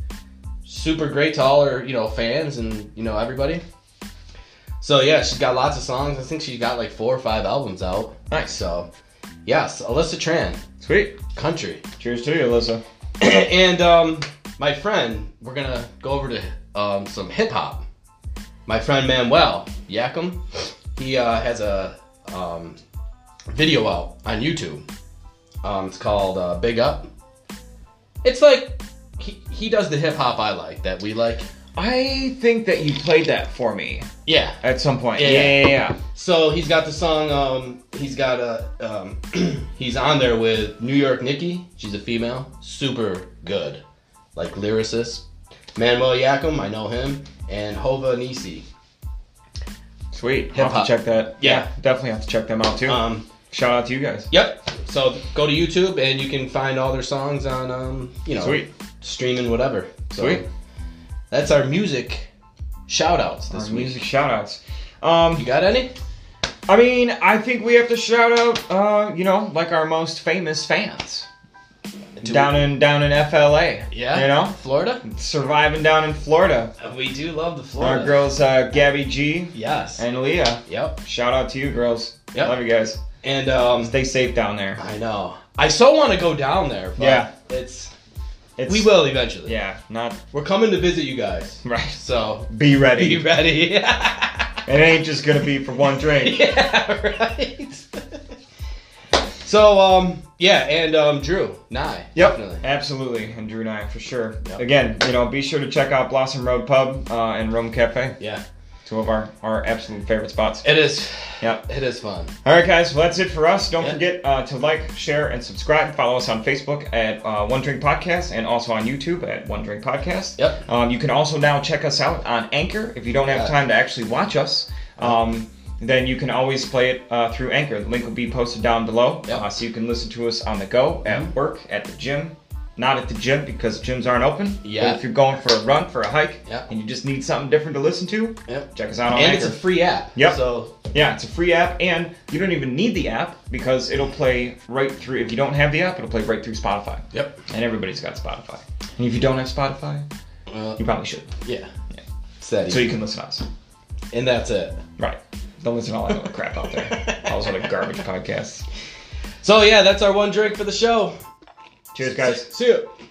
Speaker 1: Super great to all her, you know, fans and, you know, everybody. So yeah, she's got lots of songs. I think she's got like four or five albums out.
Speaker 2: Nice.
Speaker 1: So yes, Alyssa Tran,
Speaker 2: Sweet.
Speaker 1: country.
Speaker 2: Cheers to you, Alyssa.
Speaker 1: and um, my friend, we're gonna go over to um, some hip hop. My friend Manuel Yakum, he uh, has a um, video out on YouTube. Um, it's called uh, Big Up. It's like he, he does the hip hop I like that we like.
Speaker 2: I think that you played that for me
Speaker 1: Yeah.
Speaker 2: at some point.
Speaker 1: Yeah.
Speaker 2: Yeah, yeah, yeah. yeah.
Speaker 1: So he's got the song. Um, he's got a. Um, [CLEARS THROAT] he's on there with New York Nikki. She's a female, super good, like lyricist. Manuel Yakum, I know him, and Hova Nisi.
Speaker 2: Sweet. I'll
Speaker 1: Hip-hop.
Speaker 2: have to check that.
Speaker 1: Yeah.
Speaker 2: Definitely have to check them out too.
Speaker 1: Um,
Speaker 2: Shout out to you guys.
Speaker 1: yep. So go to YouTube and you can find all their songs on, um, you know,
Speaker 2: Sweet.
Speaker 1: streaming whatever. So
Speaker 2: Sweet.
Speaker 1: That's our music shout outs
Speaker 2: Our
Speaker 1: this week.
Speaker 2: music shout outs. Um,
Speaker 1: You got any?
Speaker 2: I mean, I think we have to shout out, uh, you know, like our most famous fans
Speaker 1: Do
Speaker 2: down in down in FLA.
Speaker 1: Yeah.
Speaker 2: you know,
Speaker 1: Florida.
Speaker 2: surviving down in Florida.
Speaker 1: We do love the Florida.
Speaker 2: Our girls, uh, Gabby G
Speaker 1: Yes.
Speaker 2: and Leah.
Speaker 1: yep.
Speaker 2: Shout out to you, girls.
Speaker 1: Yep.
Speaker 2: Love you guys.
Speaker 1: And um,
Speaker 2: Stay safe down there.
Speaker 1: I know. I so want to go down there, but
Speaker 2: Yeah.
Speaker 1: it's
Speaker 2: It's,
Speaker 1: we will eventually.
Speaker 2: Yeah, not [LAUGHS]
Speaker 1: We're coming to visit you guys.
Speaker 2: right.
Speaker 1: So
Speaker 2: Be ready.
Speaker 1: be ready. [LAUGHS]
Speaker 2: It ain't just gonna be for one drink.
Speaker 1: yeah, right. so um yeah, and um Drew, Nye.
Speaker 2: Yep,
Speaker 1: Definitely.
Speaker 2: absolutely, and Drew and I for sure.
Speaker 1: Yep.
Speaker 2: Again, you know, be sure to check out Blossom Road Pub uh, and Rome Cafe,
Speaker 1: Yeah.
Speaker 2: two of our our absolute favorite spots.
Speaker 1: It is
Speaker 2: Yep.
Speaker 1: it is fun.
Speaker 2: All right, guys. Well, that's it for us. Don't
Speaker 1: Yeah.
Speaker 2: forget uh, to like, share, and subscribe. Follow us on Facebook at uh, One Drink Podcast and also on YouTube at One Drink Podcast.
Speaker 1: Yep.
Speaker 2: Um, you can also now check us out on Anchor if you don't have
Speaker 1: Yeah.
Speaker 2: time to actually watch us. Um, then you can always play it uh, through Anchor. The link will be posted down below,
Speaker 1: Yep. Mm-hmm.
Speaker 2: uh, so you can listen to us on the go, at work, at the gym. Not at the gym because gyms aren't open.
Speaker 1: Yeah.
Speaker 2: But if you're going for a run, for a hike,
Speaker 1: Yeah.
Speaker 2: and you just need something different to listen to,
Speaker 1: Yep.
Speaker 2: check us out on
Speaker 1: And
Speaker 2: Anchor.
Speaker 1: it's a free app.
Speaker 2: Yep.
Speaker 1: So
Speaker 2: Yeah, it's a free app, and you don't even need the app because it'll play right through. If you don't have the app, it'll play right through Spotify.
Speaker 1: Yep.
Speaker 2: And everybody's got Spotify. And if you don't have Spotify,
Speaker 1: Uh,
Speaker 2: you probably should.
Speaker 1: yeah.
Speaker 2: Yeah.
Speaker 1: Steady.
Speaker 2: So you can listen to us.
Speaker 1: and that's it.
Speaker 2: Right. Don't listen to all that [LAUGHS] other crap out there. All those other garbage podcasts.
Speaker 1: So yeah, that's our one drink for the show.
Speaker 2: Cheers, guys.
Speaker 1: See ya.